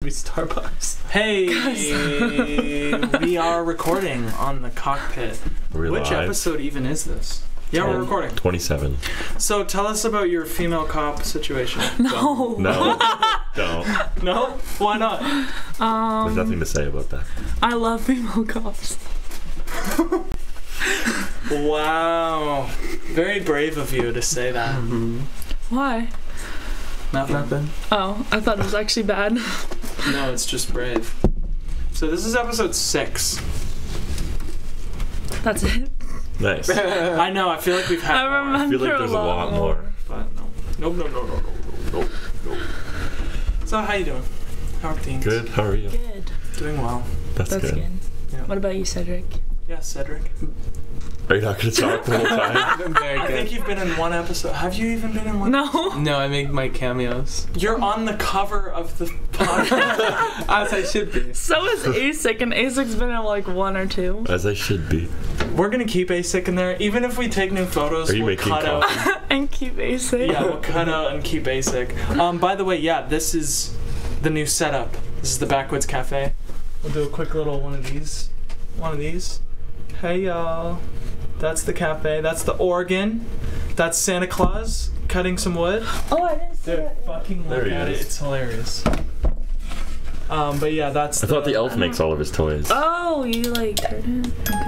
somebody's Starbucks. Hey, we are recording on the cockpit. We're Which live. Oh. episode even is this? Yeah, we're Ten. recording. 27. So tell us about your female cop situation. No. No. Don't. No, why not? Um, There's nothing to say about that. I love female cops. Wow, very brave of you to say Hmm. that. Mm-hmm. Why? Nothing. Oh, I thought it was actually bad. No, it's just brave. So this is episode six. That's it. Nice. I I know. I feel like we've had. Uh. I more, remember feel like there's a lot more. But no. Nope. No. No. No. No. No. No. So how you doing? How are things? Good. How are you? Good. Doing well. That's, That's good. good. Yeah. What about you, Cedric? Yeah, Cedric. Are you not going to talk the whole time? I'm very I think you've been in one episode. Have you even been in one? No. No, I make my cameos You're on the cover of the podcast. as I should be. So is ASIC, and ASIC's been in like one or two. As I should be. We're gonna keep ASIC in there, even if we take new photos. Are you we'll making cut out. coffee? And keep ASIC. Yeah, we'll cut out and keep ASIC. Um, by the way, yeah, this is the new setup. This is the Backwoods Cafe. We'll do a quick little one of these. One of these. Hey y'all. That's the cafe. That's the organ. That's Santa Claus cutting some wood. Oh, I didn't see Dude, it. fucking look There he at is. it. It's hilarious. Um, but yeah, that's. I thought the elf makes all of his toys. Ah! Oh, you like heard it? Okay.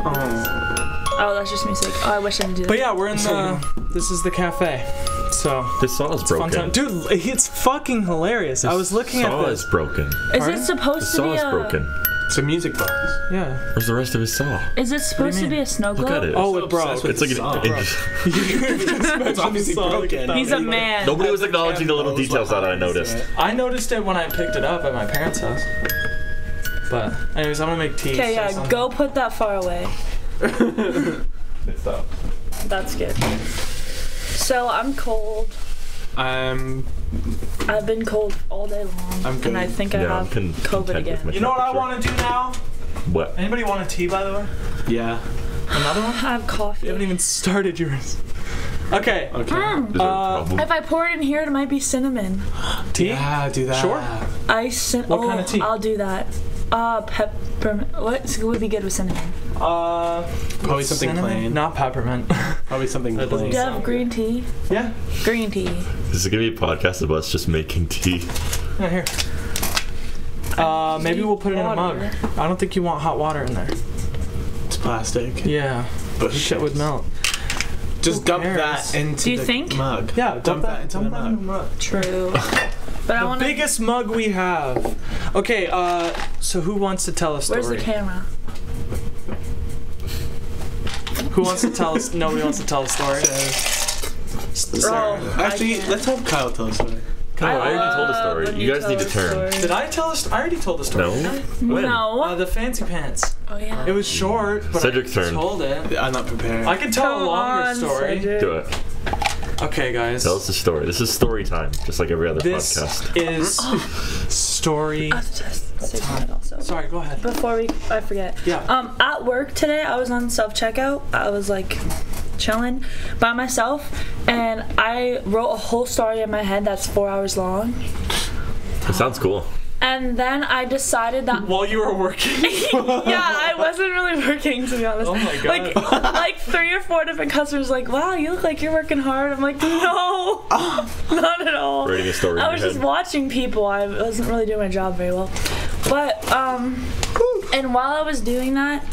Oh, that's just music. Oh, I wish I didn't do that. But yeah, we're in the. This is the cafe. So This saw is fun time, broken. dude. It's fucking hilarious. I was looking at saw this. is broken. Is Pardon? it supposed The to saw be is a? broken. It's a music box. Yeah. Where's the rest of his saw? Is it supposed to mean? be a snow globe? Look at it. Oh, So it broke. obsessed with it's like the saw. an. it- It's obviously Saw, look broken. at He's a man. nobody was acknowledging the little Those details that I lines, noticed. yeah. I noticed it when I picked it up at my parents' house. But anyways, I'm gonna make tea. Okay, so yeah. something- Go put that far away. It's up. That's good. So I'm cold. Um, I've been cold all day long, I'm and I good. think I Yeah, I'm have con- COVID content with again. my You know what I temperature. want to do now? What? Anybody want a tea, by the way? yeah. Another I one? have coffee. You haven't even started yours. Okay, Okay. Mm. Is there a Uh, problem? If I pour it in here, it might be cinnamon. tea. Yeah, do that. Sure. I cin- What oh, kind of tea? I'll do that. Uh, peppermint. What would be good with cinnamon? Uh, Probably something cinnamon? plain. Not peppermint. Probably something That plain. doesn't Do you sound have green tea? yeah. Green tea. This is gonna be a podcast of us just making tea. Yeah, here. Uh, maybe we'll put it in a mug. Water. I don't think you want hot water in there. It's plastic. Yeah. But Shit would melt. Just Who dump cares? that into Do you the think? mug. Yeah, dump, Dump that that. into the Dump that in the mug. True. but I The want to. biggest mug we have. Okay, uh, so who wants to tell a story? Where's the camera? Who wants to tell us? Nobody wants to tell a story. Bro, I Actually, can't. let's have Kyle tell us. one. Kyle, I, already told love a when story. You guys tell need to a turn. story. Did I tell a st- I already told a story. No. When? No. Uh, the fancy pants. oh yeah. It was short, but Cedric's I turn. told it. I'm not prepared. I can tell Come a longer on, story. Cedric. Do it. Okay, guys. Tell us a story. This is story time, just like every other This podcast. is Oh. story. I have to test cinnamon also. Sorry, go ahead. Before we, I forget. Yeah. Um, at work today, I was on self checkout. I was like chilling by myself, and I wrote a whole story in my head that's four hours long. It sounds cool. And then I decided that While you were working. yeah, I wasn't really working to be honest. Oh my God. Like like three or four different customers like, wow, you look like you're working hard. I'm like, no, not at all. Writing a story. I in was your just head. watching people. I wasn't really doing my job very well. But um and while I was doing that,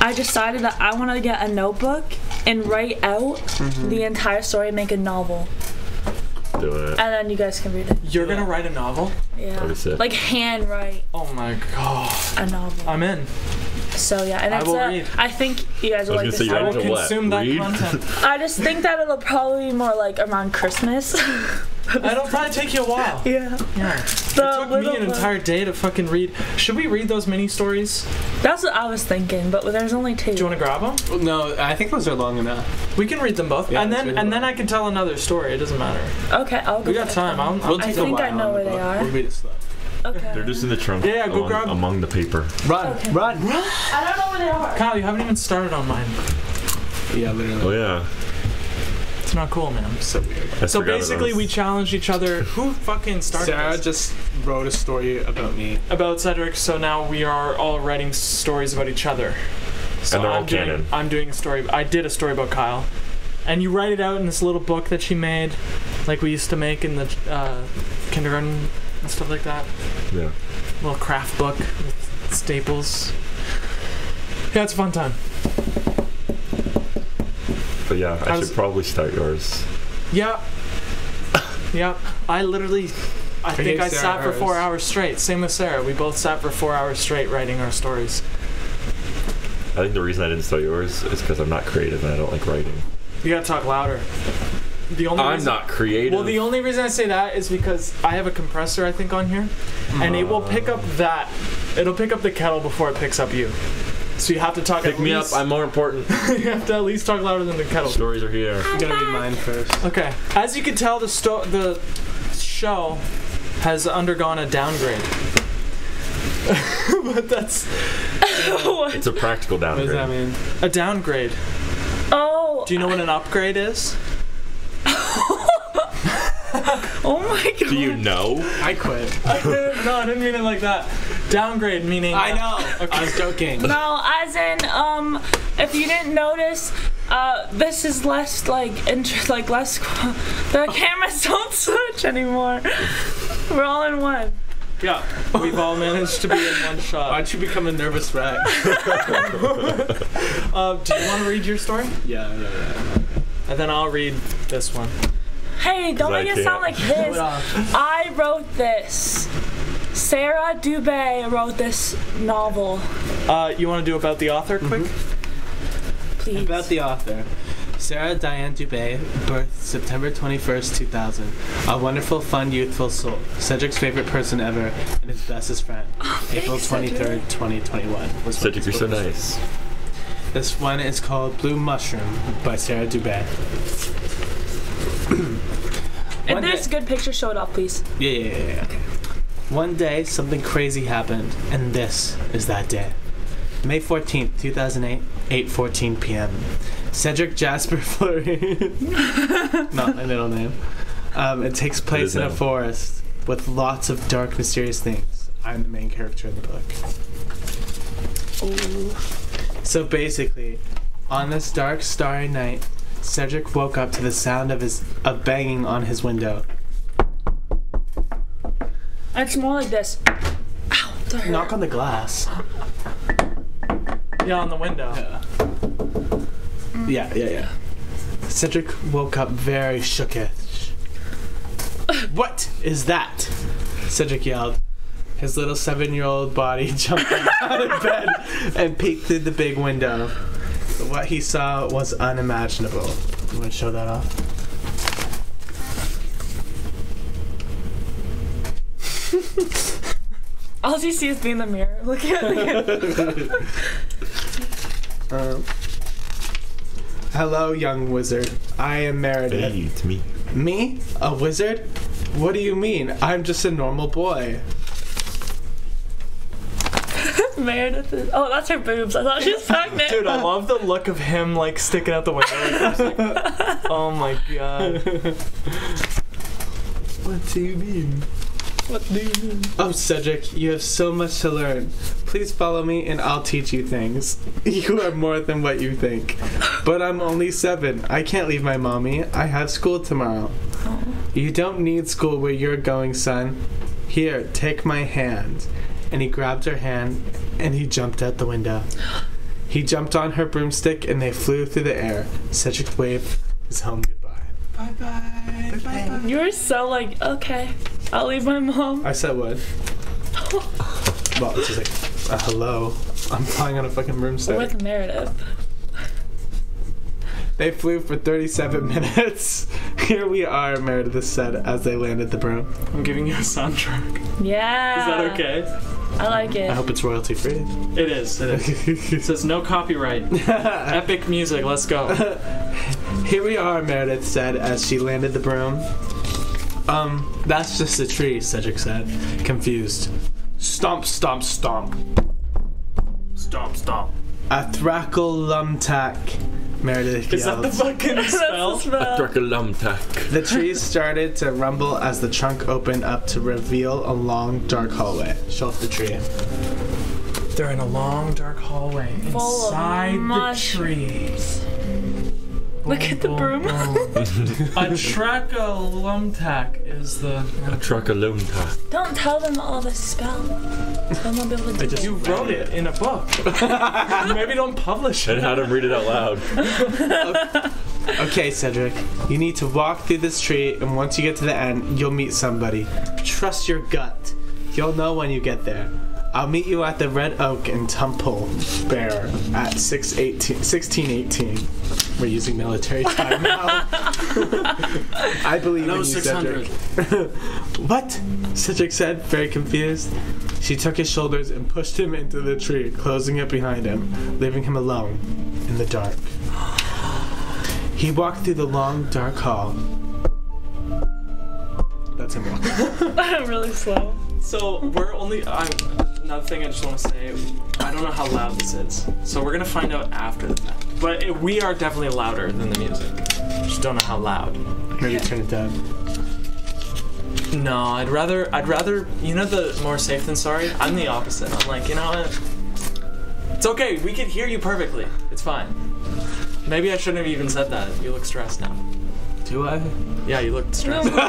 I decided that I want to get a notebook and write out Mm-hmm. the entire story and make a novel. Do it. And then you guys can read it. You're gonna write a novel? Yeah. be sick. Like handwrite Oh my god. a novel. I'm in. so yeah, and I it's will a- read. I think you guys will I like was this. gonna say you I will have to what? consume that Read? content. I just think that it'll probably be more like around Christmas. It'll probably take you a while. yeah. Yeah. The It took me little an book. entire day to fucking read. Should we read those mini stories? That's what I was thinking, but there's only two. Do you want to grab them? Well, no, I think those are long enough. We can read them both, Yeah, and let's then read them and then I can tell another story. It doesn't matter. okay, I'll go. We got first time. then. I'll, We'll I'll take I a think I while know on where the they book. are. We'll read it slow. Okay. They're just in the trunk. Yeah, yeah, go among, grab- among the paper. Run, Okay. run. I don't know where they are. Kyle, you haven't even started on mine. Yeah, literally. Oh yeah. It's not cool, man. So weird. I So forgot about basically, it. we challenged each other. Who fucking started Sarah this? just wrote a story about me. about Cedric? So now we are all writing stories about each other. So And they're all I'm doing, canon. I'm doing a story. I did a story about Kyle, and you write it out in this little book that she made, like we used to make in the uh, kindergarten and stuff like that. Yeah. little craft book with staples. Yeah, it's a fun time. But yeah, I How's- should probably start yours. Yep. yep. I literally, I Okay, think I Sarah, sat for four hers. hours straight. Same with Sarah. We both sat for four hours straight writing our stories. I think the reason I didn't start yours is because I'm not creative and I don't like writing. You gotta talk louder. The only I'm reason, not creative. Well, the only reason I say that is because I have a compressor, I think, on here, and it will pick up that. It'll pick up the kettle before it picks up you. So you have to talk. Pick at me up. least, I'm more important. you have to at least talk louder than the kettle. Stories are here. I'm gonna read mine first. Okay. As you can tell, the sto- the show has undergone a downgrade. but that's It's a practical What does that downgrade. mean? a downgrade. Oh, Do you know what an upgrade is? oh my god. Do you know? I quit. I didn't, no, I didn't mean it like that. Downgrade meaning. I know. I was joking. No, as in, um, if you didn't notice, uh, this is less like interest, like less. The cameras don't switch anymore. We're all in one. Yeah. We've all managed to be in one shot. Why'd you become a nervous wreck? Uh, do you want to read your story? yeah, yeah, yeah. And then I'll read this one. Hey, don't 'Cause I make it sound like can't. his. I wrote this. Sarah Dubay wrote this novel. Uh, you want to do about the author quick? Please. About the author. Sarah Diane Dubay, birthed September 21st, 2000. A wonderful, fun, youthful soul. Cedric's favorite person ever and his bestest friend. April thanks, Cedric. 23rd, 2021. was when Cedric, you're this so book was nice. This one is called Blue Mushroom by Sarah Dubay. if One there's day- a good picture, show it off, please. Yeah, yeah, yeah. yeah. One day, something crazy happened, and this is that day. May 14th, 2008, 8.14 p.m. Cedric Jasper Fleury, not my middle name, um, it takes place is in a now. forest with lots of dark, mysterious things. I'm the main character in the book. So basically, on this dark, starry night, Cedric woke up to the sound of his of banging on his window. It's more like this. Ow, that hurt. Knock on the glass. Yeah, on the window. Yeah, yeah, yeah. Cedric woke up very shooketh. What is that? Cedric yelled. His little seven year old body jumped out of bed and peeked through the big window. But what he saw was unimaginable. You want to show that off? All you see is me in the mirror. Look at me. Um, Hello, young wizard. I am Meredith. Hey, it's me. Me? A wizard? What do you mean? I'm just a normal boy. Meredith is. Oh, that's her boobs. I thought she was pregnant. Dude, I love the look of him like sticking out the window. He's like, oh my god. What do you mean? What do you mean? Oh, Cedric, you have so much to learn. Please follow me and I'll teach you things. You are more than what you think. But I'm only seven. I can't leave my mommy. I have school tomorrow. You don't need school where you're going, son. Here, take my hand. And he grabbed her hand and he jumped out the window. He jumped on her broomstick and they flew through the air. Cedric waved his home goodbye. Bye bye. You were so like, okay, I'll leave my mom. I said what? well, it's just like, uh, hello. I'm flying on a fucking broomstick. With Meredith. They flew for 37 Mm. minutes. Here we are, Meredith said as they landed the broom. I'm giving you a soundtrack. Is Yeah. that okay? I like it. I hope it's royalty free. It is. It is. It says no copyright. Epic music. Let's go. Here we are, Meredith said as she landed the broom. Um, that's just a tree, Cedric said, confused. Stomp, stomp, stomp. Stomp, stomp. A thrackle lumtack. Meredith Is that the yells. fucking That's the spell? smell. Draculumtak. The trees started to rumble as the trunk opened up to reveal a long, dark hallway. Show off the tree. They're in a long, dark hallway Full of inside the mushrooms. trees. Look at the broom. a tracolumtac is the. Draculumtak. Don't tell them all the spell. I won't be able to do it. You wrote it in a book. Maybe don't publish And it. had him read it out loud. Okay, Cedric, you need to walk through this tree, and once you get to the end, you'll meet somebody. Trust your gut. You'll know when you get there. I'll meet you at the Red Oak and Temple Bear at 618, 1618. We're using military time now. I believe in you, Cedric. What? Cedric said, very confused. She took his shoulders and pushed him into the tree, closing it behind him, leaving him alone in the dark. He walked through the long, dark hall. That's him walking. really slow. So we're only. i another thing I just want to say. I don't know how loud this is, so we're gonna find out after the fact. But it, we are definitely louder than the music. Just don't know how loud. Maybe turn it down. No, I'd rather. I'd rather. You know the more safe than sorry. I'm the opposite. I'm like, you know what? It's okay. We can hear you perfectly. It's fine. Maybe I shouldn't have even said that. You look stressed now. Do I? Yeah, you look stressed. okay,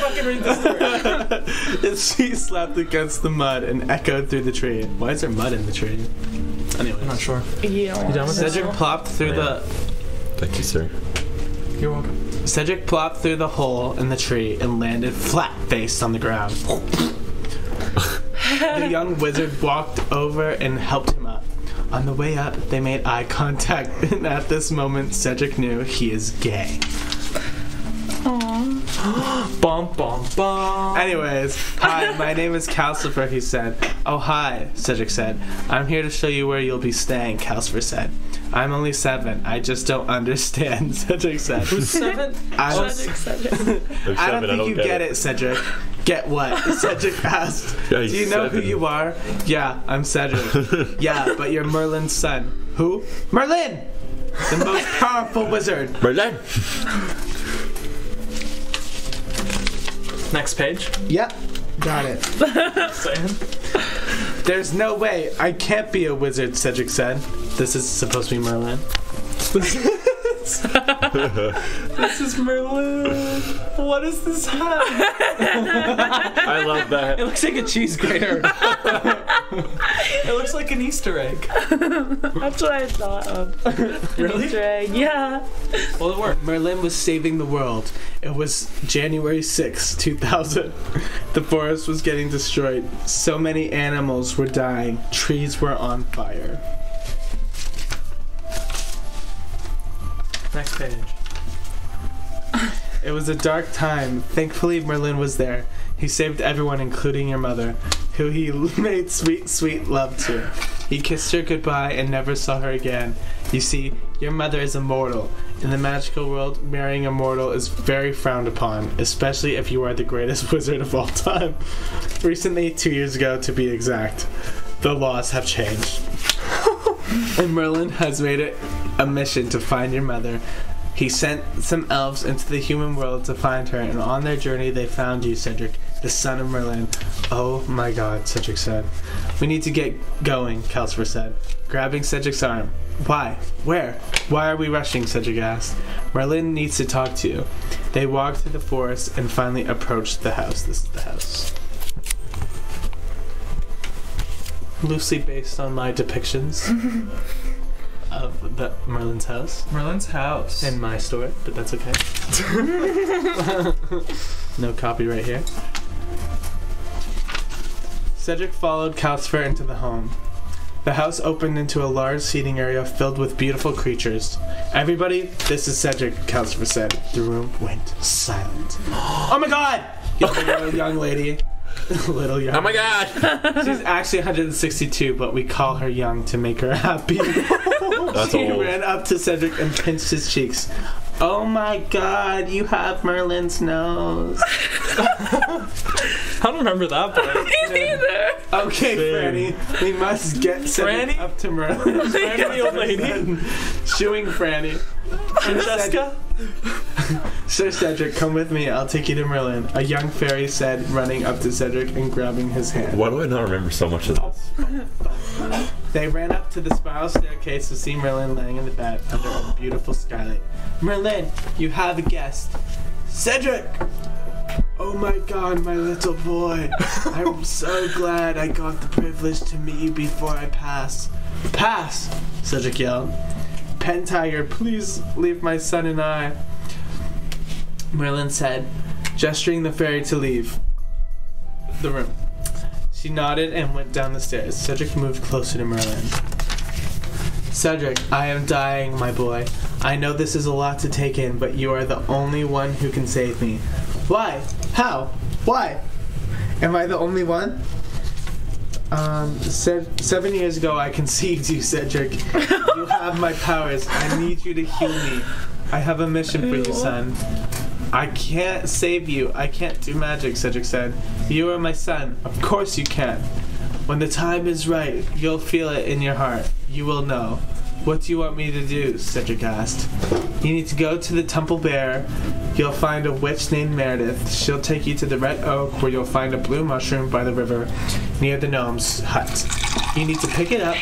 fucking read this story. she slapped against the mud and echoed through the tree. Why is there mud in the tree? Anyway, sure. You don't want done with Cedric plopped through the Thank you, sir. You're welcome. Cedric plopped through the hole in the tree and landed flat faced on the ground. the young wizard walked over and helped him up. On the way up, they made eye contact, and at this moment, Cedric knew he is gay. Bum bum bum. Anyways, hi, my name is Calcifer, he said. Oh, hi, Cedric said. I'm here to show you where you'll be staying, Calcifer said. I'm only seven. I just don't understand, Cedric said. Seven. I Oh, was- I'm I seven, don't think you get, it. Cedric. Get what? Cedric asked. Yeah, Do he's you know who seven. you are? Yeah, I'm Cedric. yeah, but you're Merlin's son. Who? Merlin! The most powerful wizard. Merlin! Next page. Yep. Got it. Saying. There's no way. I can't be a wizard, Cedric said. This is supposed to be Merlin. This is Merlin. What is this hat? I love that. Looks like a cheese grater. It looks like an Easter egg. That's what I thought of. Really? Drag. Yeah. Well, it worked. Merlin was saving the world. It was January 6, 2000. The forest was getting destroyed. So many animals were dying. Trees were on fire. Next page. It was a dark time. Thankfully, Merlin was there. He saved everyone, including your mother, who he made sweet, sweet love to. He kissed her goodbye and never saw her again. You see, your mother is immortal. In the magical world, marrying a mortal is very frowned upon, especially if you are the greatest wizard of all time. Recently, two years ago to be exact, the laws have changed. and Merlin has made it a mission to find your mother he sent some elves into the human world to find her, and on their journey they found you, Cedric, the son of Merlin. Oh my god, Cedric said. We need to get going, Calcifer said, grabbing Cedric's arm. Why? Where? Why are we rushing? Cedric asked. Merlin needs to talk to you. They walked through the forest and finally approached the house. This is the house. Loosely based on my depictions of the Merlin's house Merlin's house. in my store, but that's okay. no copyright here. Cedric followed Calcifer into the home. The house opened into a large seating area filled with beautiful creatures. Everybody, this is Cedric, Calcifer said. The room went silent. oh my god! yelled the little young lady. little young. Oh my god! She's actually 162, but we call her young to make her happy. That's she old. ran up to Cedric and pinched his cheeks. Oh my god, you have Merlin's nose. I don't remember that, but either. Okay, Same. Franny, we must get Cedric Franny? up to Merlin. Franny, the old lady. Shooing Franny. Francesca. Sir Cedric, come with me. I'll take you to Merlin. A young fairy said, running up to Cedric and grabbing his hand. Why do I not remember so much of this? They ran up to the spiral staircase to see Merlin laying in the bed under a beautiful skylight. Merlin, you have a guest. Cedric! Oh my god, my little boy. I'm so glad I got the privilege to meet you before I pass. Pass! Cedric yelled. Pen Tiger, please leave my son and I. Merlin said, gesturing the fairy to leave the room. She nodded and went down the stairs. Cedric moved closer to Merlin. Cedric, I am dying, my boy. I know this is a lot to take in, but you are the only one who can save me. Why? How? Why? Am I the only one? Um, se- seven years ago, I conceived you, Cedric. you have my powers. I need you to heal me. I have a mission for you, son. I can't save you. I can't do magic, Cedric said. You are my son. Of course you can. When the time is right, you'll feel it in your heart. You will know. What do you want me to do? Cedric asked. You need to go to the Temple Bear. You'll find a witch named Meredith. She'll take you to the Red Oak, where you'll find a blue mushroom by the river near the gnome's hut. You need to pick it up,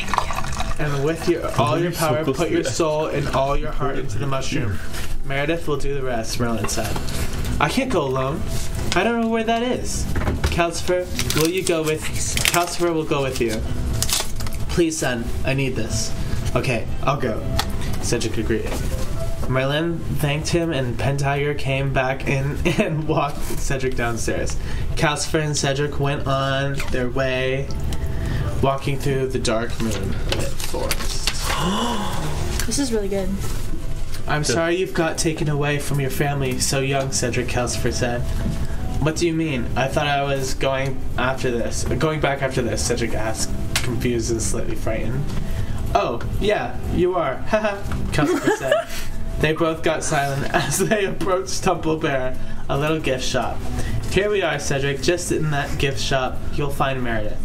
and with your all your You're so power, close put to your the- soul and all your heart into the mushroom. Meredith will do the rest, Merlin said. I can't go alone. I don't know where that is. Calcifer, will you go with Calcifer will go with you. Please, son, I need this. Okay, I'll go. Cedric agreed. Merlin thanked him, and Pentiger came back in and walked Cedric downstairs. Calcifer and Cedric went on their way, walking through the dark moonlit forest. This is really good. I'm sorry you've got taken away from your family so young, Cedric Calcifer said. What do you mean? I thought I was going after this. Going back after this, Cedric asked, confused and slightly frightened. Oh, yeah, you are. Haha, Calcifer said. They both got silent as they approached Temple Bear, a little gift shop. Here we are, Cedric. Just in that gift shop, you'll find Meredith.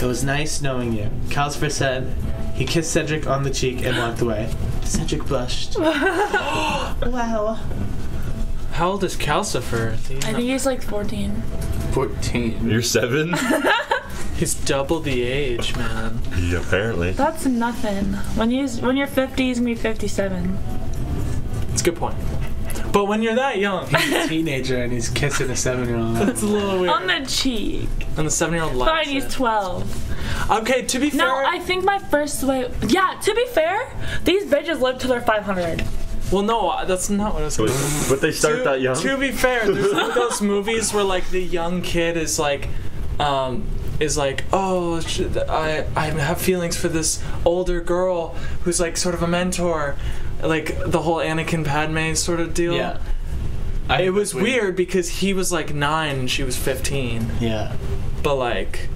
It was nice knowing you, Calcifer said. He kissed Cedric on the cheek and walked away. Cedric blushed. wow. How old is Calcifer? Do you I know? think he's like 14. 14. You're seven? He's double the age, man. yeah, apparently. That's nothing. When you when you're 50, he's gonna be 57. It's a good point. But when you're that young, Teenager and he's kissing a seven year old. it's a little weird. On the cheek. and the seven-year-old Fine, laughs. he's at it. 12. okay, to be No, fair. I think my first way. Yeah, to be fair, these bitches live till they're 500. well, no, uh, that's not what I was. But, Going to but they start that young. To be fair, there's one of those movies where like the young kid is like, um, is like, oh, sh- I I have feelings for this older girl who's like sort of a mentor, like the whole Anakin Padme sort of deal. Yeah. It was weird because he was like nine and she was fifteen, Yeah. but like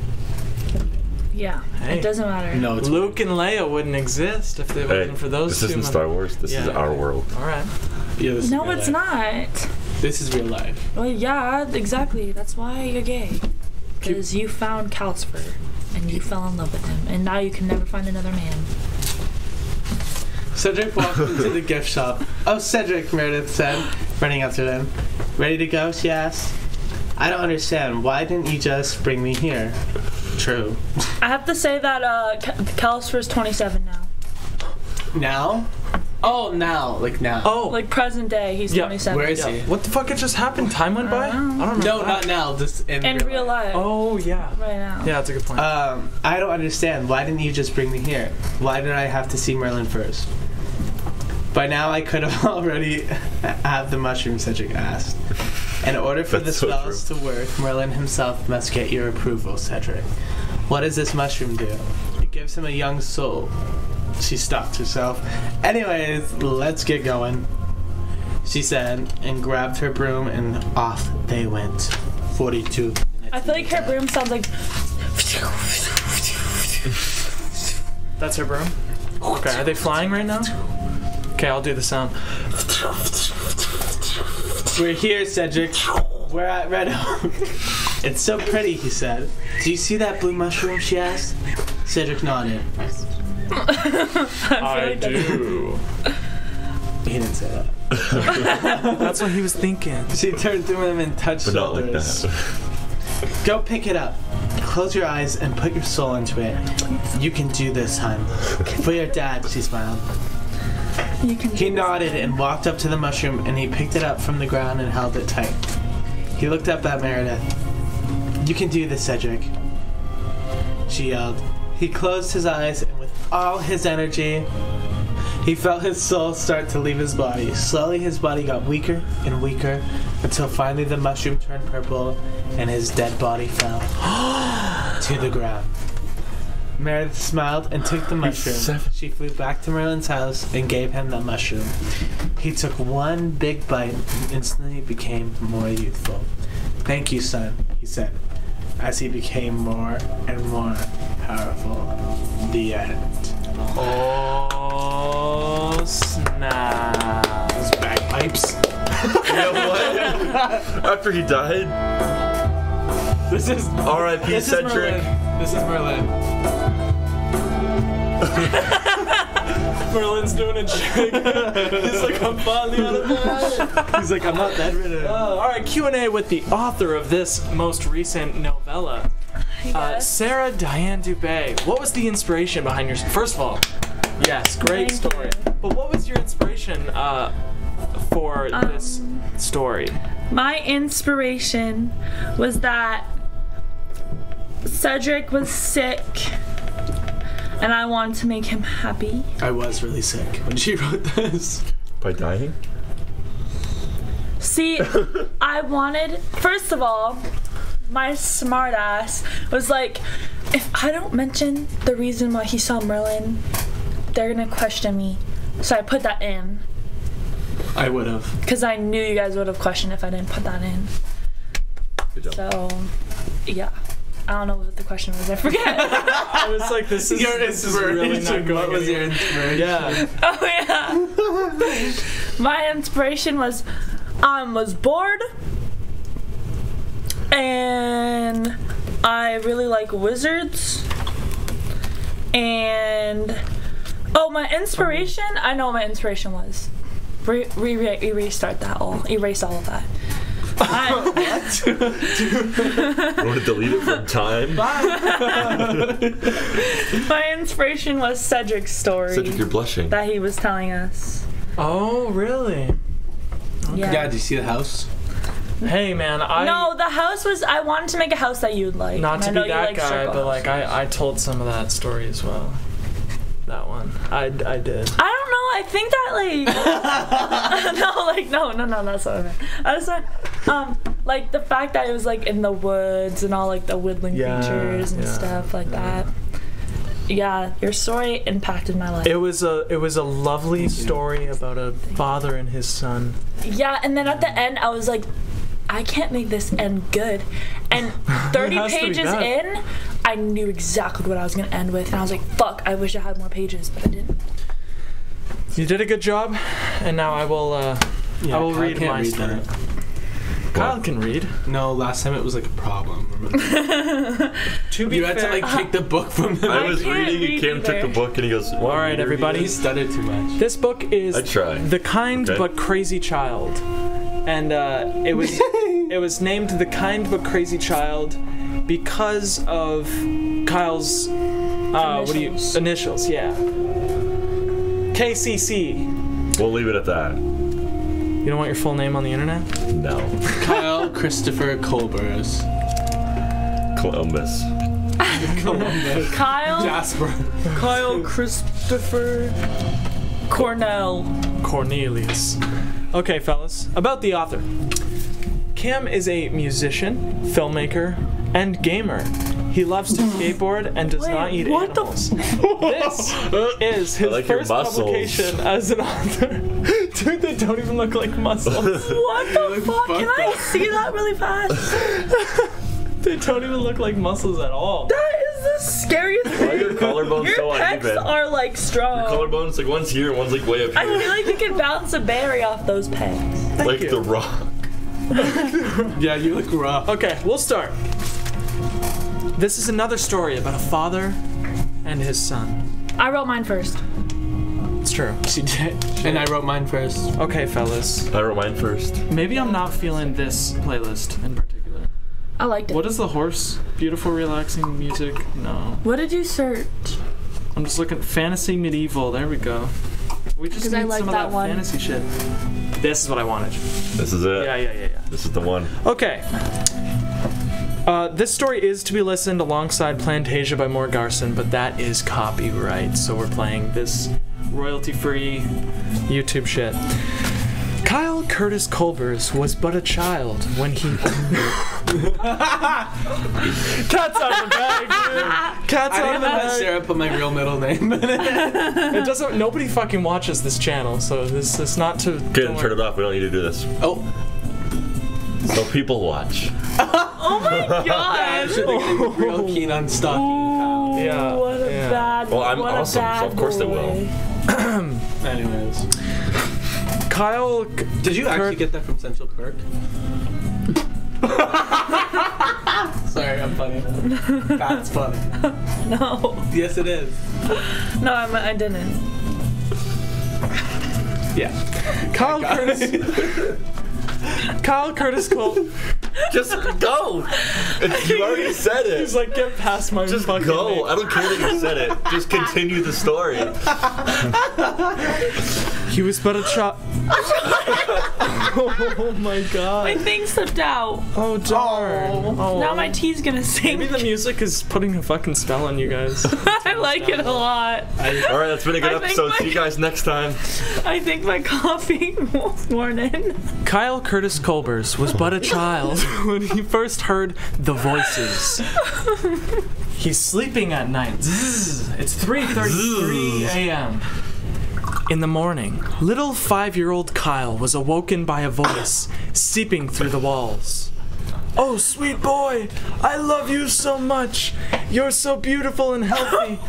Yeah, Hey. it doesn't matter. No, it's Luke and Leia wouldn't exist if they Hey, wasn't for those this two. isn't men. Star Wars. This is Yeah. our world. All right. Yeah, this is No, real it's life. not. This is real life. Well, yeah, exactly. That's why you're gay. Because you found Calcifer and you fell in love with him, and now you can never find another man. Cedric walked into the gift shop. Oh, Cedric, Meredith said, running up to them. Ready to go? She asked. I don't understand. Why didn't you just bring me here? True. I have to say that uh, Ca- Calcifer's 27 now. Now? Oh, now. Like now. Oh, Like present day, he's Yeah, 27. Where is yeah. he? what the fuck? It just happened. Time went by. I don't remember. No, that. not now. Just in, in real life? Oh yeah. Right now. Yeah, that's a good point. Um, I don't understand. Why didn't you just bring me here? Why did I have to see Merlin first? By now, I could have already had the mushroom Cedric asked. In order for the That's so spells to work, Merlin himself must get your approval, Cedric. What does this mushroom do? It gives him a young soul. She stopped herself. Anyways, let's get going, she said, and grabbed her broom, and off they went. 42. I feel like her broom sounds like. That's her broom. Okay, are they flying right now? Okay, I'll do the sound. We're here, Cedric. We're at Red Oak. It's so pretty, he said. Do you see that blue mushroom? She asked. Cedric nodded. I do. He didn't say that. That's what he was thinking. She turned to him and touched But not like shoulders. that. Go pick it up. Close your eyes and put your soul into it. You can do this, hon. For your dad, she smiled. You can. He nodded and walked up to the mushroom and he picked it up from the ground and held it tight. He looked up at Meredith. You can do this, Cedric. She yelled. He closed his eyes and with all his energy, he felt his soul start to leave his body. Slowly, his body got weaker and weaker until finally the mushroom turned purple and his dead body fell to the ground. Meredith smiled and took the mushroom. seven. She flew back to Merlin's house and gave him the mushroom. He took one big bite and instantly became more youthful. Thank you, son, he said, as he became more and more powerful. The end. Oh snap! Bagpipes. After he died, This is R.I.P. this is Cedric. Merlin. This is Merlin. Merlin's doing a jig. He's like, I'm finally out of bed. He's like, I'm not that riddle. Uh, all right, Q and A with the author of this most recent novella, uh, Sarah Diane Dubay. What was the inspiration behind your? First of all, yes, great Thank story. you. But what was your inspiration uh, for Um, this story? My inspiration was that Cedric was sick, and I wanted to make him happy. I was really sick when she wrote this. By dying? See, I wanted, first of all, my smart ass was like, if I don't mention the reason why he saw Merlin, they're gonna question me. So I put that in, I would have. because I knew you guys would have questioned if I didn't put that in. Good job. So, yeah. I don't know what the question was, I forget. I was like, this is Your this is really not inspiration. going What was your anywhere. inspiration? Yeah. oh, yeah. my inspiration was I was bored, and I really like wizards. And oh, my inspiration! I know what my inspiration was. Re, re, re, restart that all. Erase all of that. I, You want to delete it from time? my inspiration was Cedric's story Cedric, you're blushing. that he was telling us. Oh really? Yeah. Yeah, did you see the house? Hey man, I no, the house was. I wanted to make a house that you'd like. not and to I be know you that like guy, circle but like houses. I, I told some of that story as well. That one, I, I did. I don't know. I think that like no, like no, no, no, that's not what I meant. I just meant um, like the fact that it was like in the woods and all like the woodland Yeah, creatures and yeah, stuff like yeah. that. Yeah, your story impacted my life. It was a it was a lovely story about a father and his son. yeah, and then at the end, I was like, I can't make this end good. And 30 has to be pages bad. in, I knew exactly what I was gonna end with, and I was like, fuck, I wish I had more pages, but I didn't. You did a good job, and now I will. Uh, Yeah, I will Kyle read can't my read story. that. Kyle can read. No, last time it was like a problem. Remember? To you had to like take the book from him. I was can't reading, read and Cam took either. the book, and he goes, All right, He everybody. stuttered too much. This book is I try. The Kind Okay. But Crazy Child. And uh, it was it was named The Kind But Crazy Child because of Kyle's uh, what do you Initials. initials, yeah. KCC. We'll leave it at that. You don't want your full name on the internet? No. Kyle Christopher Colbers. Columbus. Kyle, Jasper. Kyle Christopher Cornell. Cornelius. Okay, fellas, about the author. Cam is a musician, filmmaker, and gamer. He loves to skateboard and does Wait, not eat what the animals. this is his like your first muscles. publication as an author. Dude, they don't even look like muscles. What the fuck? Can I see that really fast? they don't even look like muscles at all. That is the scariest Why are thing. your collarbones Your so pecs uneven? are like strong. collarbones, like one's here, and one's like way up I here, feel like you can bounce a berry off those pecs. like you. the rock. Yeah, you look rough. Okay, we'll start. This is another story about a father and his son. I wrote mine first. It's true. She did. And I wrote mine first. Okay, fellas. I wrote mine first. Maybe I'm not feeling this playlist in particular. I liked it. What is the horse? Beautiful, relaxing music? No. What did you search? I'm just looking fantasy medieval. There we go. We just 'Cause need I like some that of that one. fantasy shit. This is what I wanted. This is it. Yeah, yeah, yeah, yeah. This is the one. Okay. Uh, this story is to be listened alongside Plantasia by Moore Garson, but that is copyright, so we're playing this royalty free YouTube shit. Kyle Curtis Colbers was but a child when he. Cat's out of the bag, dude! Cat's I out of even the let bag! Sarah put my real middle name in it. It doesn't. Nobody fucking watches this channel, so this is not to. Good, turn it off. We don't need to do this. Oh. So people watch. I'm sure they're gonna be real keen on stalking. Ooh, Yeah, What a yeah. bad. Well, I'm what a awesome, so bad of course they will. boy. Anyways. Kyle. Did you actually Kirk- get that from Central Perk? Sorry, I'm funny. That's funny. No, Yes, it is. no, I'm, I didn't. Yeah. Kyle Curtis. Kyle Curtis Col. Just go. you already said it. He's like, get past my just fucking go. name." I don't care that you said it. Just continue the story. He was but a child. oh my My god. thing slipped out. Oh darn. Oh. Now my tea's gonna sink. Maybe the music is putting a fucking spell on you guys. I like it a lot. All right, that's been a good I think episode. my- See you guys next time. I think my coffee was worn in. Kyle Curtis Colbers was but a child when he first heard the voices. He's sleeping at night. Zzz. It's 3:33 a.m. In the morning, little 5-year-old Kyle was awoken by a voice seeping through the walls. Oh, sweet boy, I love you so much. You're so beautiful and healthy.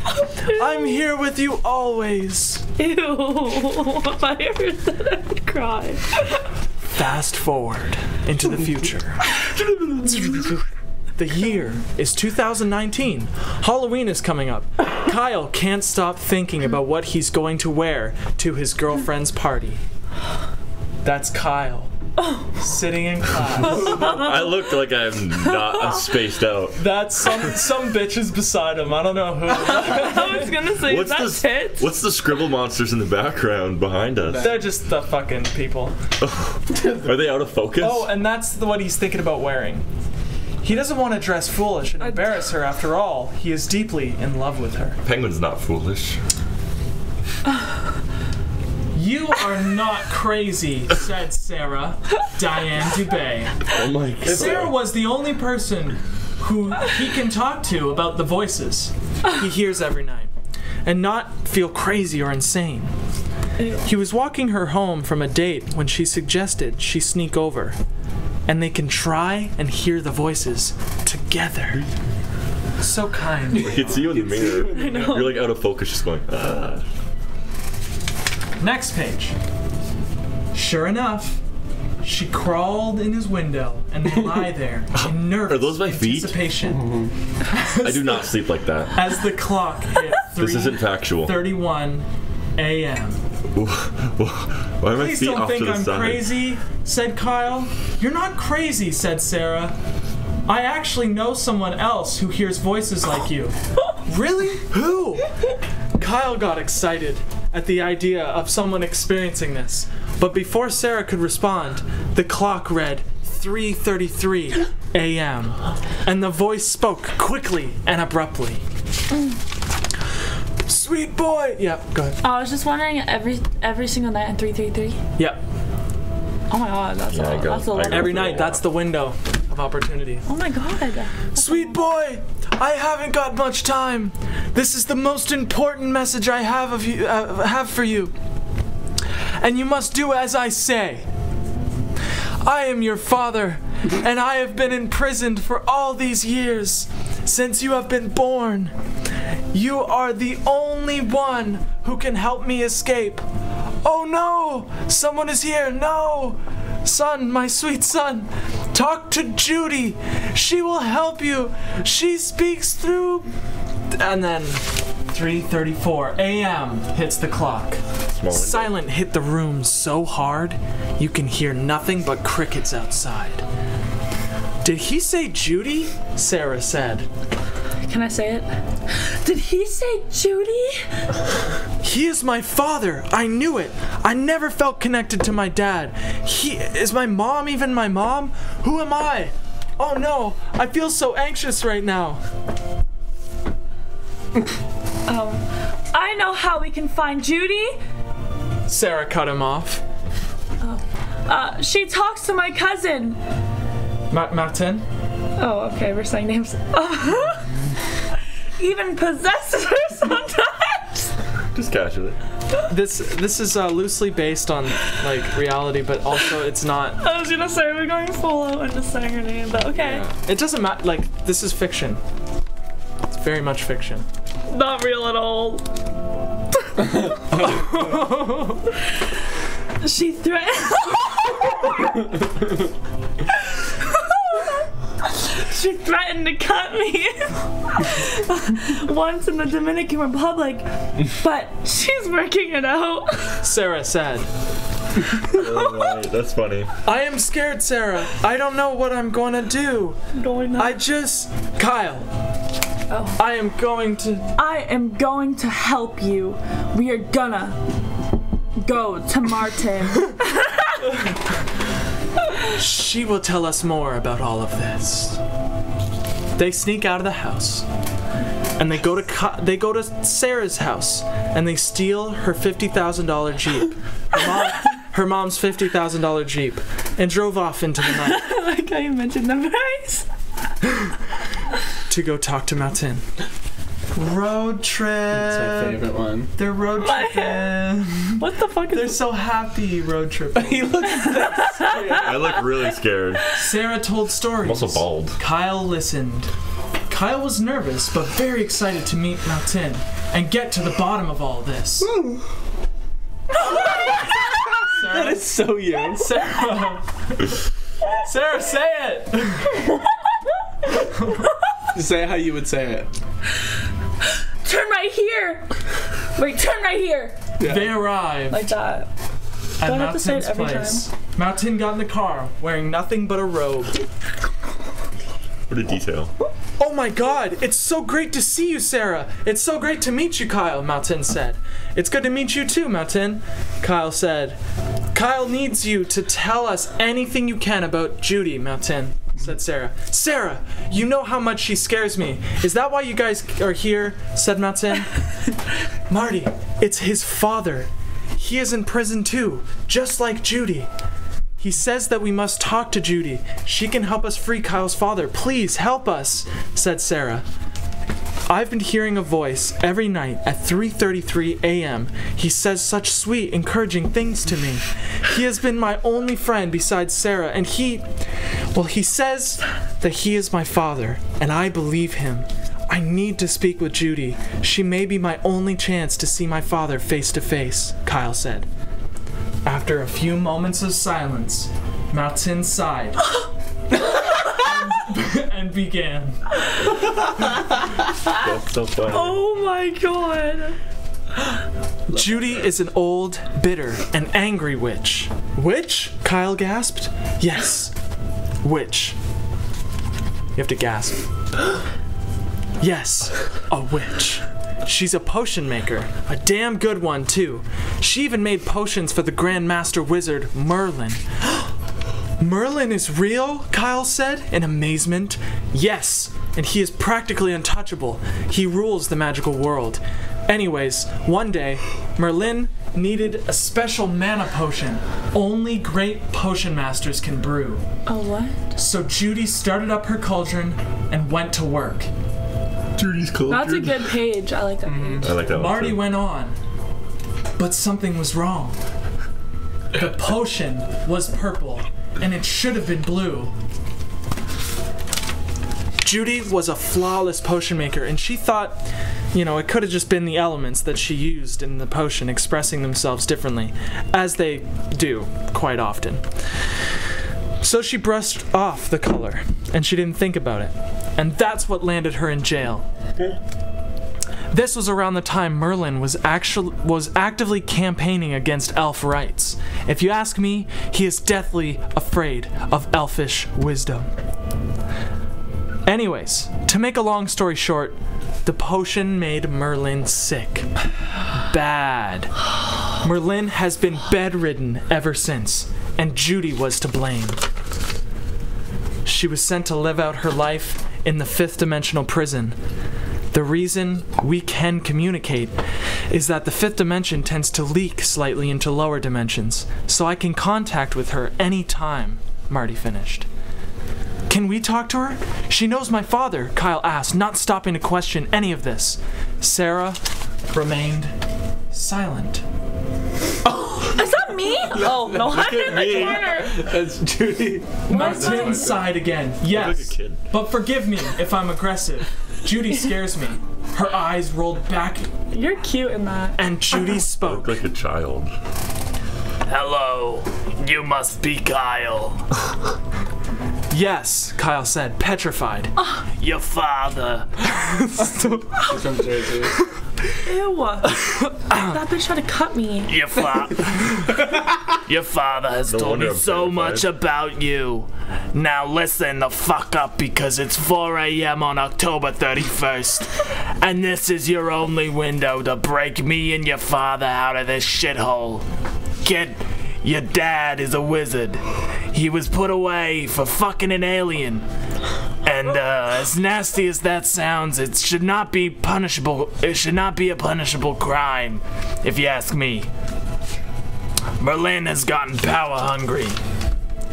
I'm here with you always. Ew. If I ever said I would cry. Fast forward into the future. The year is 2019. Halloween is coming up. Kyle can't stop thinking about what he's going to wear to his girlfriend's party. That's Kyle. Sitting in class. I look like I'm not I'm spaced out. That's some some bitches beside him. I don't know who. I was gonna say, What's is that this? tits? What's the scribble monsters in the background behind us? They're just the fucking people. Are they out of focus? Oh, and that's the, what he's thinking about wearing. He doesn't want to dress foolish and embarrass her. After all, he is deeply in love with her. Penguin's not foolish. You are not crazy, said Sarah Diane Dubay. Oh my god. Sarah was the only person who he can talk to about the voices he hears every night and not feel crazy or insane. He was walking her home from a date when she suggested she sneak over and they can try and hear the voices together. So kind. It's you in the mirror. You're like out of focus, just going. Uh. Next page. Sure enough, she crawled in his window and they lie there in nervous Are those my feet? anticipation I do not sleep like that. as the clock hit This isn't factual. 3:31 a.m. Why are my Please feet don't off to think the I'm side? crazy, said Kyle. You're not crazy, said Sarah. I actually know someone else who hears voices like you. really? Who? Kyle got excited at the idea of someone experiencing this, but before Sarah could respond, the clock read 3:33 a.m. and the voice spoke quickly and abruptly. Sweet boy. Yep, go ahead. Oh, I was just wondering every every single night in 333. Yep. Oh my god, that's Yeah, I a go- that's a I lot. go- Every night, that's the window of opportunity. Oh my god. Sweet boy, I haven't got much time. This is the most important message I have of you uh, have for you. And you must do as I say. I am your father, and I have been imprisoned for all these years since you have been born. You are the only one who can help me escape. Oh no! Someone is here! No! Son, my sweet son, talk to Judy. She will help you. She speaks through. And then 3:34 a.m. hits the clock. Small window. Silent hit the room so hard, you can hear nothing but crickets outside. Did he say Judy? Sarah said. Can I say it? Did he say Judy? He is my father. I knew it. I never felt connected to my dad. He is my mom, even my mom? Who am I? Oh no, I feel so anxious right now. Um, I know how we can find Judy. Sarah cut him off. Uh, she talks to my cousin. Ma- Martin? Oh, okay, we're saying names. Even possesses her sometimes. Just casually. This this is uh, loosely based on like reality, but also it's not. I was gonna say we're going full out and just saying her name, but okay, It doesn't matter. Like this is fiction. It's very much fiction. not real at all. she threatened. she threatened to cut me once in the Dominican Republic, but she's working it out. Sarah said. Alright, that's funny. I am scared, Sarah. I don't know what I'm gonna do. Going I just. Kyle. Oh. I am going to. I am going to help you. We are gonna go to Martin. She will tell us more about all of this. They sneak out of the house, and they go to Ki- they go to Sarah's house, and they steal her fifty thousand dollar jeep. Her, mom, her mom's fifty thousand dollar jeep, and drove off into the night like I mentioned the price. to go talk to Martin. Road trip. That's my favorite one. They're road My tripping. What the fuck They're is so happy road tripping. He looks I look really scared. Sarah told stories. I'm also bald. Kyle listened. Kyle was nervous but very excited to meet Martin and get to the bottom of all this. Sarah, so you. Sarah, Sarah, say it. Say how you would say it. Turn right here. Wait, turn right here. They arrive Like that. at have to say it Martin's every place. Martin got in the car wearing nothing but a robe. What a detail. Oh my god, it's so great to see you, Sarah. It's so great to meet you, Kyle, Martin said. It's good to meet you too, Martin, Kyle said. Kyle needs you to tell us anything you can about Judy, Martin, said Sarah. Sarah, you know how much she scares me. Is that why you guys are here? said Martin. Marty, it's his father. He is in prison too, just like Judy. He says that we must talk to Judy. She can help us free Kyle's father. Please help us, said Sarah. I've been hearing a voice every night at 3:33 a.m. He says such sweet, encouraging things to me. He has been my only friend besides Sarah, and he well, he says that he is my father, and I believe him. I need to speak with Judy. She may be my only chance to see my father face to face, Kyle said. After a few moments of silence, Martin sighed and, and began. That's so funny. Oh my god. Judy is an old, bitter, and angry witch. Witch? Kyle gasped. Yes, witch. You have to gasp. Yes, a witch. She's a potion maker, a damn good one, too. She even made potions for the Grand Master Wizard, Merlin. Merlin is real, Kyle said in amazement. Yes, and he is practically untouchable. He rules the magical world. Anyways, one day, Merlin needed a special mana potion only great potion masters can brew. Oh what? So Judy started up her cauldron and went to work. Judy's cool. That's a good page. I like that page. I like that one. Marty too. went on, but something was wrong. The potion was purple, and it should have been blue. Judy was a flawless potion maker, and she thought, you know, it could have just been the elements that she used in the potion expressing themselves differently, as they do quite often. So she brushed off the color, and she didn't think about it. And that's what landed her in jail. This was around the time Merlin was actually was actively campaigning against elf rights. If you ask me, he is deathly afraid of elfish wisdom. Anyways, to make a long story short, the potion made Merlin sick. Bad. Merlin has been bedridden ever since, and Judy was to blame. She was sent to live out her life in the fifth dimensional prison. The reason we can communicate is that the fifth dimension tends to leak slightly into lower dimensions, so I can contact with her anytime, Marty finished. Can we talk to her? She knows my father, Kyle asked, not stopping to question any of this. Sarah remained silent. Is that me? Oh, no, I'm in the corner. That's Judy. Mart's inside again. Like a Yes. kid. But forgive me if I'm aggressive. Judy scares me. Her eyes rolled back, You're cute in that. and Judy Look spoke. like a child. Hello, you must be Kyle. yes, Kyle said, petrified. Your father. From Jersey. Ew. that bitch tried to cut me. Your father. Your father has No told wonder me I'm so terrified. much about you. Now listen the fuck up because it's 4 a.m. on October 31st, and this is your only window to break me and your father out of this shithole. Kid, your dad is a wizard. He was put away for fucking an alien. And uh, as nasty as that sounds, it should not be punishable. It should not be a punishable crime, if you ask me. Merlin has gotten power hungry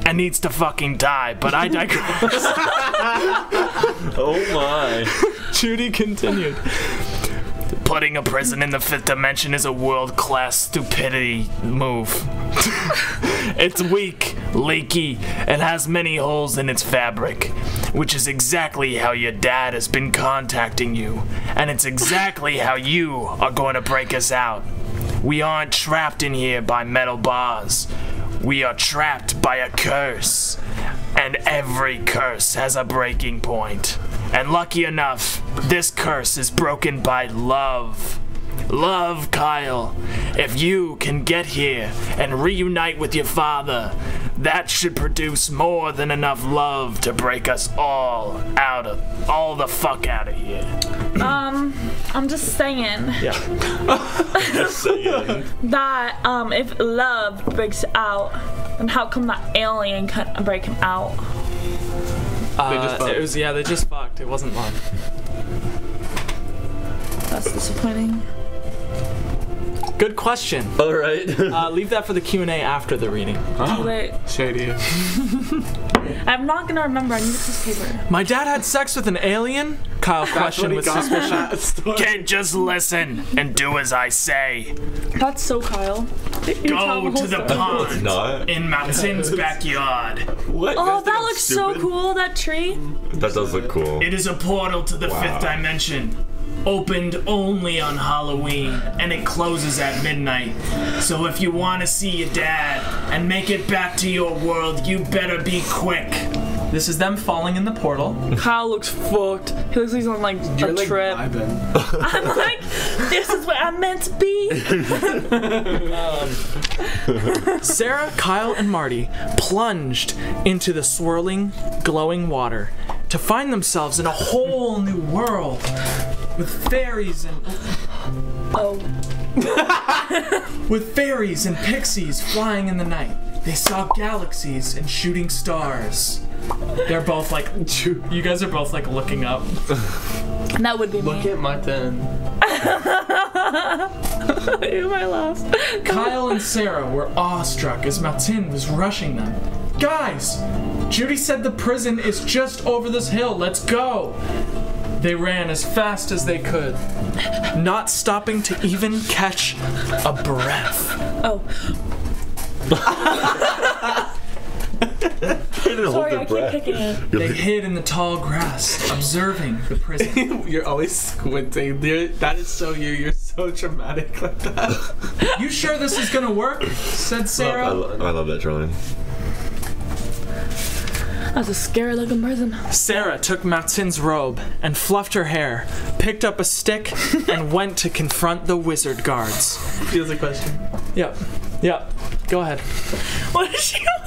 and needs to fucking die, but I digress. Oh my. Judy continued. Putting a prison in the fifth dimension is a world class stupidity move. it's weak, leaky, and has many holes in its fabric, which is exactly how your dad has been contacting you, and it's exactly how you are going to break us out. We aren't trapped in here by metal bars. We are trapped by a curse. And every curse has a breaking point. And lucky enough, this curse is broken by love. Love, Kyle. If you can get here and reunite with your father, that should produce more than enough love to break us all out of all the fuck out of here. Um, I'm just saying Saying. that um, if love breaks out, then how come that alien couldn't break him out? just Uh, fucked. it was yeah, they just fucked. It wasn't love. That's disappointing. Good question. All right. Uh, leave that for the Q and A after the reading. Wait, Shady. I'm not gonna remember. I need a piece of paper. My dad had sex with an alien? Kyle questioned with suspicion. Ken, just listen and do as I say. That's so Kyle. You Go tell whole to the story. It's pond not. in Martin's backyard. What? Oh, Guys think that I'm looks so stupid? cool. That tree. That does look cool. It is a portal to the fifth dimension, opened only on Halloween, and it closes at midnight. So if you want to see your dad and make it back to your world, you better be quick. This is them falling in the portal. Kyle looks fucked. He looks like he's on like a trip. I'm like, this is where I'm meant to be. Sarah, Kyle, and Marty plunged into the swirling, glowing water to find themselves in a whole new world with fairies and Oh, with fairies and pixies flying in the night. They saw galaxies and shooting stars. They're both like you guys are both like looking up. that would be me. Get Martin. Ew, my laugh. Kyle and Sarah were awestruck as Martin was rushing them. Guys, Judy said the prison is just over this hill. Let's go. They ran as fast as they could, not stopping to even catch a breath. Oh, They didn't hold Sorry, their I keep breath. kicking it. You're They like, hid in the tall grass, observing the prison. You're always squinting. You're, that is so you. You're so dramatic like that. You sure this is gonna work? Said I, Sarah. lo- I love that drawing. That's a scary looking person. Sarah took Martin's robe and fluffed her hair, picked up a stick, and went to confront the wizard guards. Here's a question. Yep. Yep. Go ahead. What is she wearing?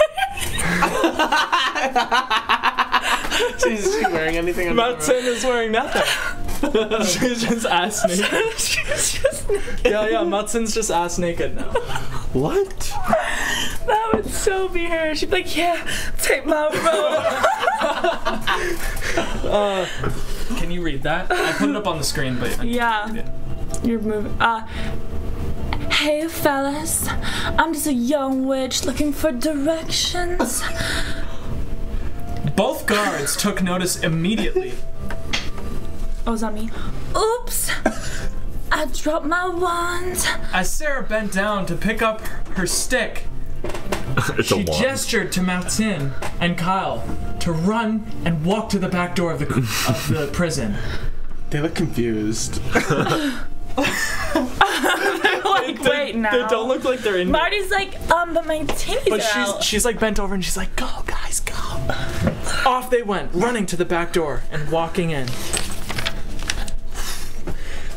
Is she wearing anything? under her- Martin is wearing nothing. She's just ass naked. She's just. Yeah, yeah, Martin's just ass naked now. What? That would so be her. She'd be like, yeah, take my robe. Can you read that? I put it up on the screen, but yeah. You're moving. Uh, hey, fellas. I'm just a young witch looking for directions. both guards took notice immediately. Oh, is that me? Oops. I dropped my wand. As Sarah bent down to pick up her stick, It's a she wand. gestured to Martin and Kyle to run and walk to the back door of the of the prison. They look confused. like, wait, now. look like they're in. Marty's like, um, but my titties But are she's out. she's like bent over and she's like, "Go, guys, go!" Off they went, running to the back door and walking in.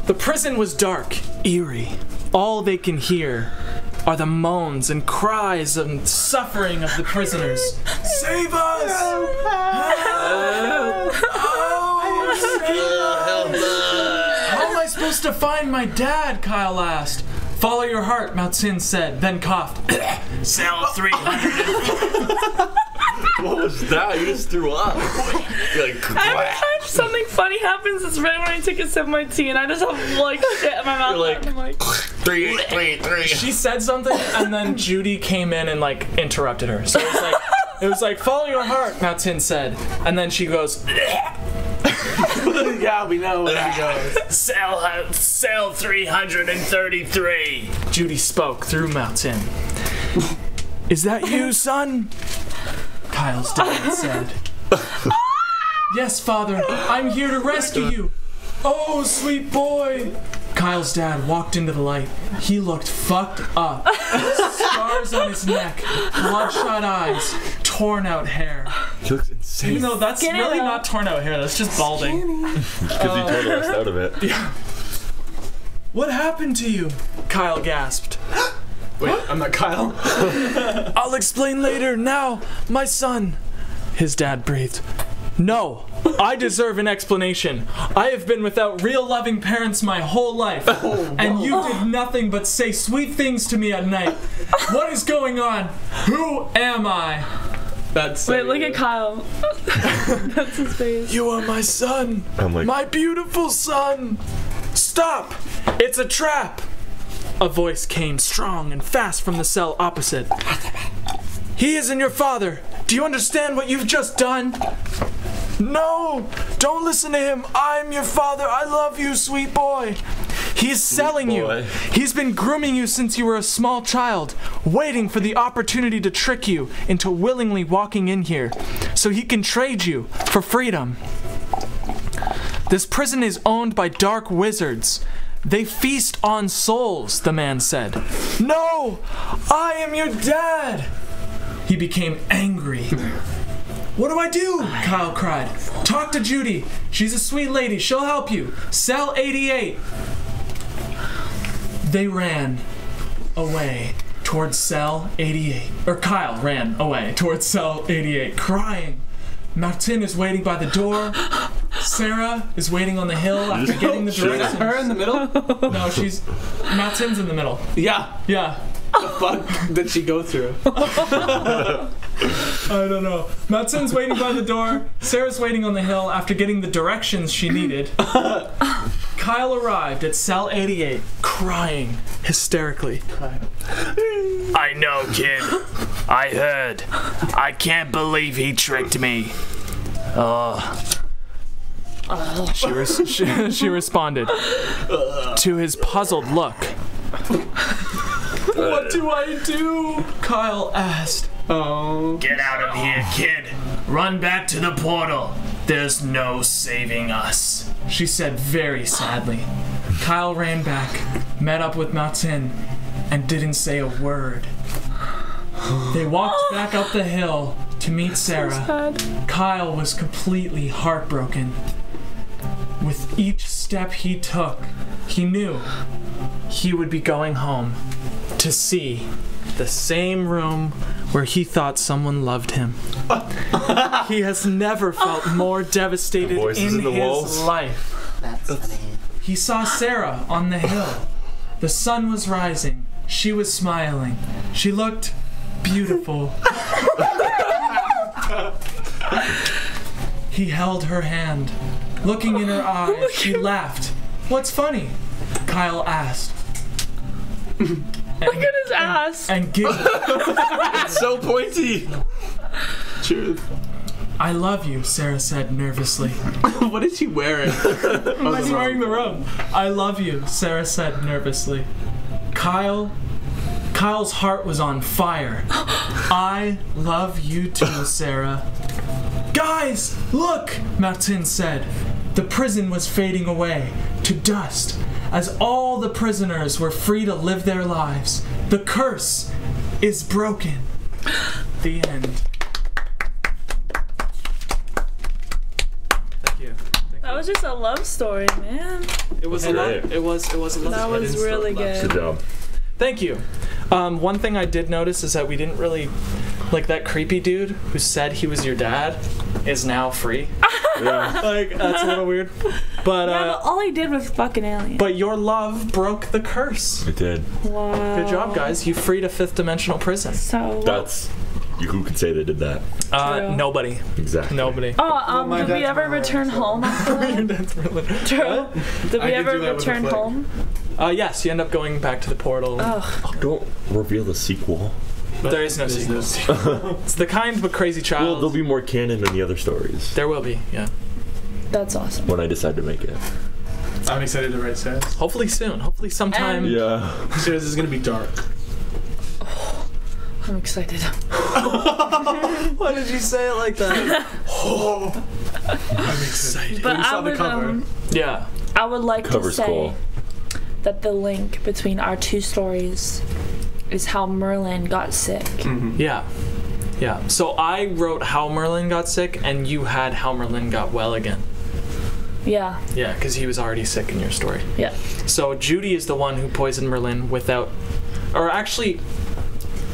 The prison was dark, eerie. All they can hear are the moans and cries and suffering of the prisoners. Save us! Oh, How am I supposed to find my dad? Kyle asked. Follow your heart, Mautsin said, then coughed. Sell 300. What was that? You just threw up. You're like, Every time something funny happens, it's right when I take a sip of my tea, and I just have like shit in my mouth. You're like- and I'm like, three, three, three. she said something and then Judy came in and like interrupted her. So it was like it was like follow your heart, Martin said. And then she goes, yeah, we know where she goes. Sell, uh, sell 333. Judy spoke through Martin. Is that you, son? Kyle's dad said. yes, father, I'm here to rescue you. Oh, sweet boy. Kyle's dad walked into the light. He looked fucked up. Scars on his neck, bloodshot eyes, torn out hair. She looks insane. No, that's Skinny really though. not torn out hair. That's just balding. Because you totally us out of it. What happened to you? Kyle gasped. Wait, I'm not Kyle. I'll explain later. Now, my son. His dad breathed. No, I deserve an explanation. I have been without real loving parents my whole life, Oh, and you did nothing but say sweet things to me at night. What is going on? Who am I? That's wait, look at Kyle. That's his face. You are my son. I'm like, My beautiful son! Stop! It's a trap! A voice came strong and fast from the cell opposite. He isn't your father! Do you understand what you've just done? No! Don't listen to him! I'm your father! I love you, sweet boy! He's selling boy. you! He's been grooming you since you were a small child, waiting for the opportunity to trick you into willingly walking in here so he can trade you for freedom. This prison is owned by dark wizards. They feast on souls, the man said. No! I am your dad! He became angry. What do I do? Kyle cried. Talk to Judy. She's a sweet lady. She'll help you. Cell 88. They ran away towards cell 88. Or Kyle ran away towards cell 88, crying. Martin is waiting by the door. Sarah is waiting on the hill after getting the Is directions. her in the middle? No, she's. Martin's in the middle. yeah. Yeah. Fuck. Did she go through? I don't know. Matson's waiting by the door. Sarah's waiting on the hill after getting the directions she needed. Kyle arrived at cell 88, crying hysterically. I know, kid. I heard. I can't believe he tricked me. Oh, She, res- she, she responded to his puzzled look. what do I do? Kyle asked. Oh. Get out of here, kid. Run back to the portal. There's no saving us. she said very sadly. Kyle ran back, met up with Martin, and didn't say a word. They walked back up the hill to meet Sarah. Kyle was completely heartbroken. With each step he took, he knew he would be going home to see the same room where he thought someone loved him. he has never felt more devastated voices in, in the his walls. life. That's funny. He saw Sarah on the hill. The sun was rising. She was smiling. She looked beautiful. he held her hand. Looking in her eyes, he laughed. What's funny? Kyle asked Look at his ass. and giggled. So pointy. Truth. I love you, Sarah said nervously. What is he wearing? He's wearing the robe. I love you, Sarah said nervously. Kyle, Kyle's heart was on fire. I love you too, Sarah. Guys, look, Martin said. The prison was fading away to dust as all the prisoners were free to live their lives. The curse is broken. The end. Thank you. That was just a love story, man. It was a Great. lot. It was. It was a lot. That was really good. Good job. Thank you. Um, one thing I did notice is that we didn't really like that creepy dude who said he was your dad is now free. like that's a little weird. But Yeah, uh, but all he did was fucking alien. but your love broke the curse. It did. wow. Good job, guys. You freed a fifth dimensional prison. So. That's you, who can say they did that Uh, True. nobody. exactly. Nobody. Oh, um, my did we dad's ever not around, return so- home after that? That's really- True. Did I we did ever do that with a return flick. home? Uh, yes, you end up going back to the portal. Ugh. Don't reveal the sequel. but there is no sequel. it's the kind but crazy Well, child. there'll be more canon in the other stories there will be. Yeah. That's awesome. when I decide to make it. I'm excited to write Sarah. Hopefully soon. Hopefully sometime. And- Yeah. Sarah's is gonna be dark. I'm excited. Why did you say it like that? I'm excited. But we I saw the would, cover. um, yeah. I would like Cover's to say cool. that the link between our two stories is how Merlin got sick. Hmm. Yeah. Yeah. So I wrote how Merlin got sick, and you had how Merlin got well again. Yeah. Yeah, because he was already sick in your story. Yeah. So Judy is the one who poisoned Merlin without. Or actually,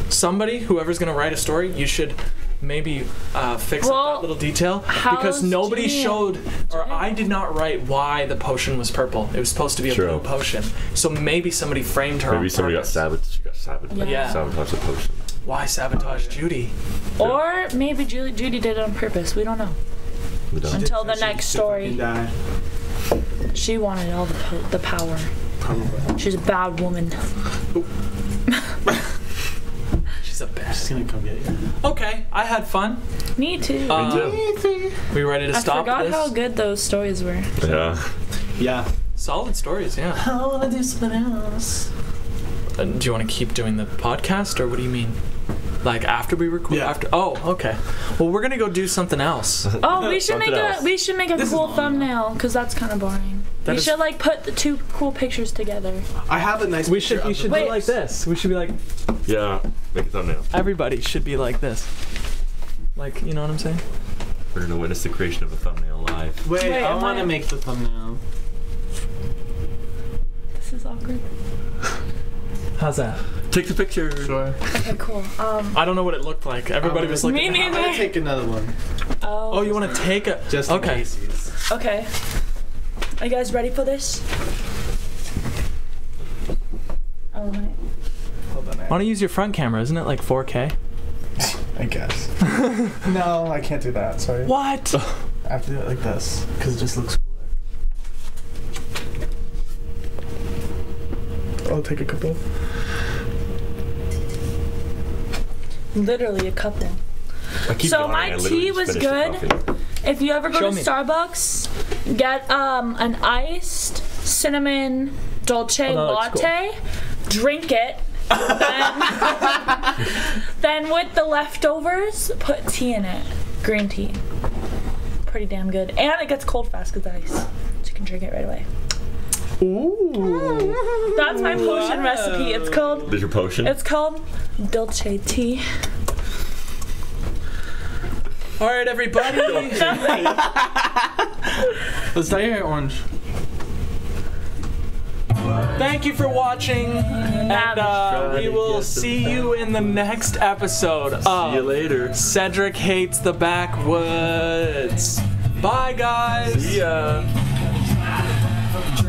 somebody, whoever's going to write a story, you should maybe uh, fix up Well, that little detail. Because how's nobody Judy- showed, or I did not write why the potion was purple. It was supposed to be a True. blue potion. So maybe somebody framed her. Maybe on somebody got purpose. sabotaged. She got sabotaged. Yeah. Sabotaged the potion. Why sabotage Judy? Or maybe Judy, Judy did it on purpose. We don't know. We done. Until the next Fucking story, die. she wanted all the, po- the power. Probably. She's a bad woman. She's a She's best. gonna come get you. Okay, I had fun. Me too. Uh, we ready to I stop forgot this? how good those stories were. Yeah. Yeah. Solid stories, yeah. I wanna do something else. Uh, do you want to keep doing the podcast, or what do you mean? Like after we record? Yeah. After? Oh, okay. Well, we're gonna go do something else. Oh, we should make Something a else. we should make a is cool long. thumbnail because that's kind of boring. That we is- should like put the two cool pictures together. I have a nice. we should. picture We of should the- do Wait. like this. We should be like Yeah. Make a thumbnail. everybody should be like this. Like you know what I'm saying? We're gonna witness the creation of a thumbnail live. Wait, Wait, I am want I- to make the thumbnail. This is awkward. How's that? Take the picture. Sure. Okay, cool. Um, I don't know what it looked like. Everybody Um, was looking. me at- I'm gonna neither. take another one. Oh, Oh, you want to take a? Just in okay. case. okay. Are you guys ready for this? All right. Want to use your front camera? Isn't it like 4K? I guess. no, I can't do that. Sorry. What? I have to do it like this because it just looks cooler. I'll take a couple. Literally a couple. I keep So going, my I literally tea just was finished the good. coffee. If you ever go Show to me. Starbucks, get um, an iced cinnamon Oh, dolce that looks latte, drink it, Then, then with the leftovers, put tea in it. Green tea. Pretty damn good. And it gets cold fast because ice. So you can drink it right away. Ooh. That's my potion recipe. It's called There's your potion. it's called Dolce Tea. All right, everybody. Let's dye your hair orange. Thank you for watching, and uh, we will see you in the next episode See you of later. Cedric Hates the Backwoods. Bye, guys. See ya. From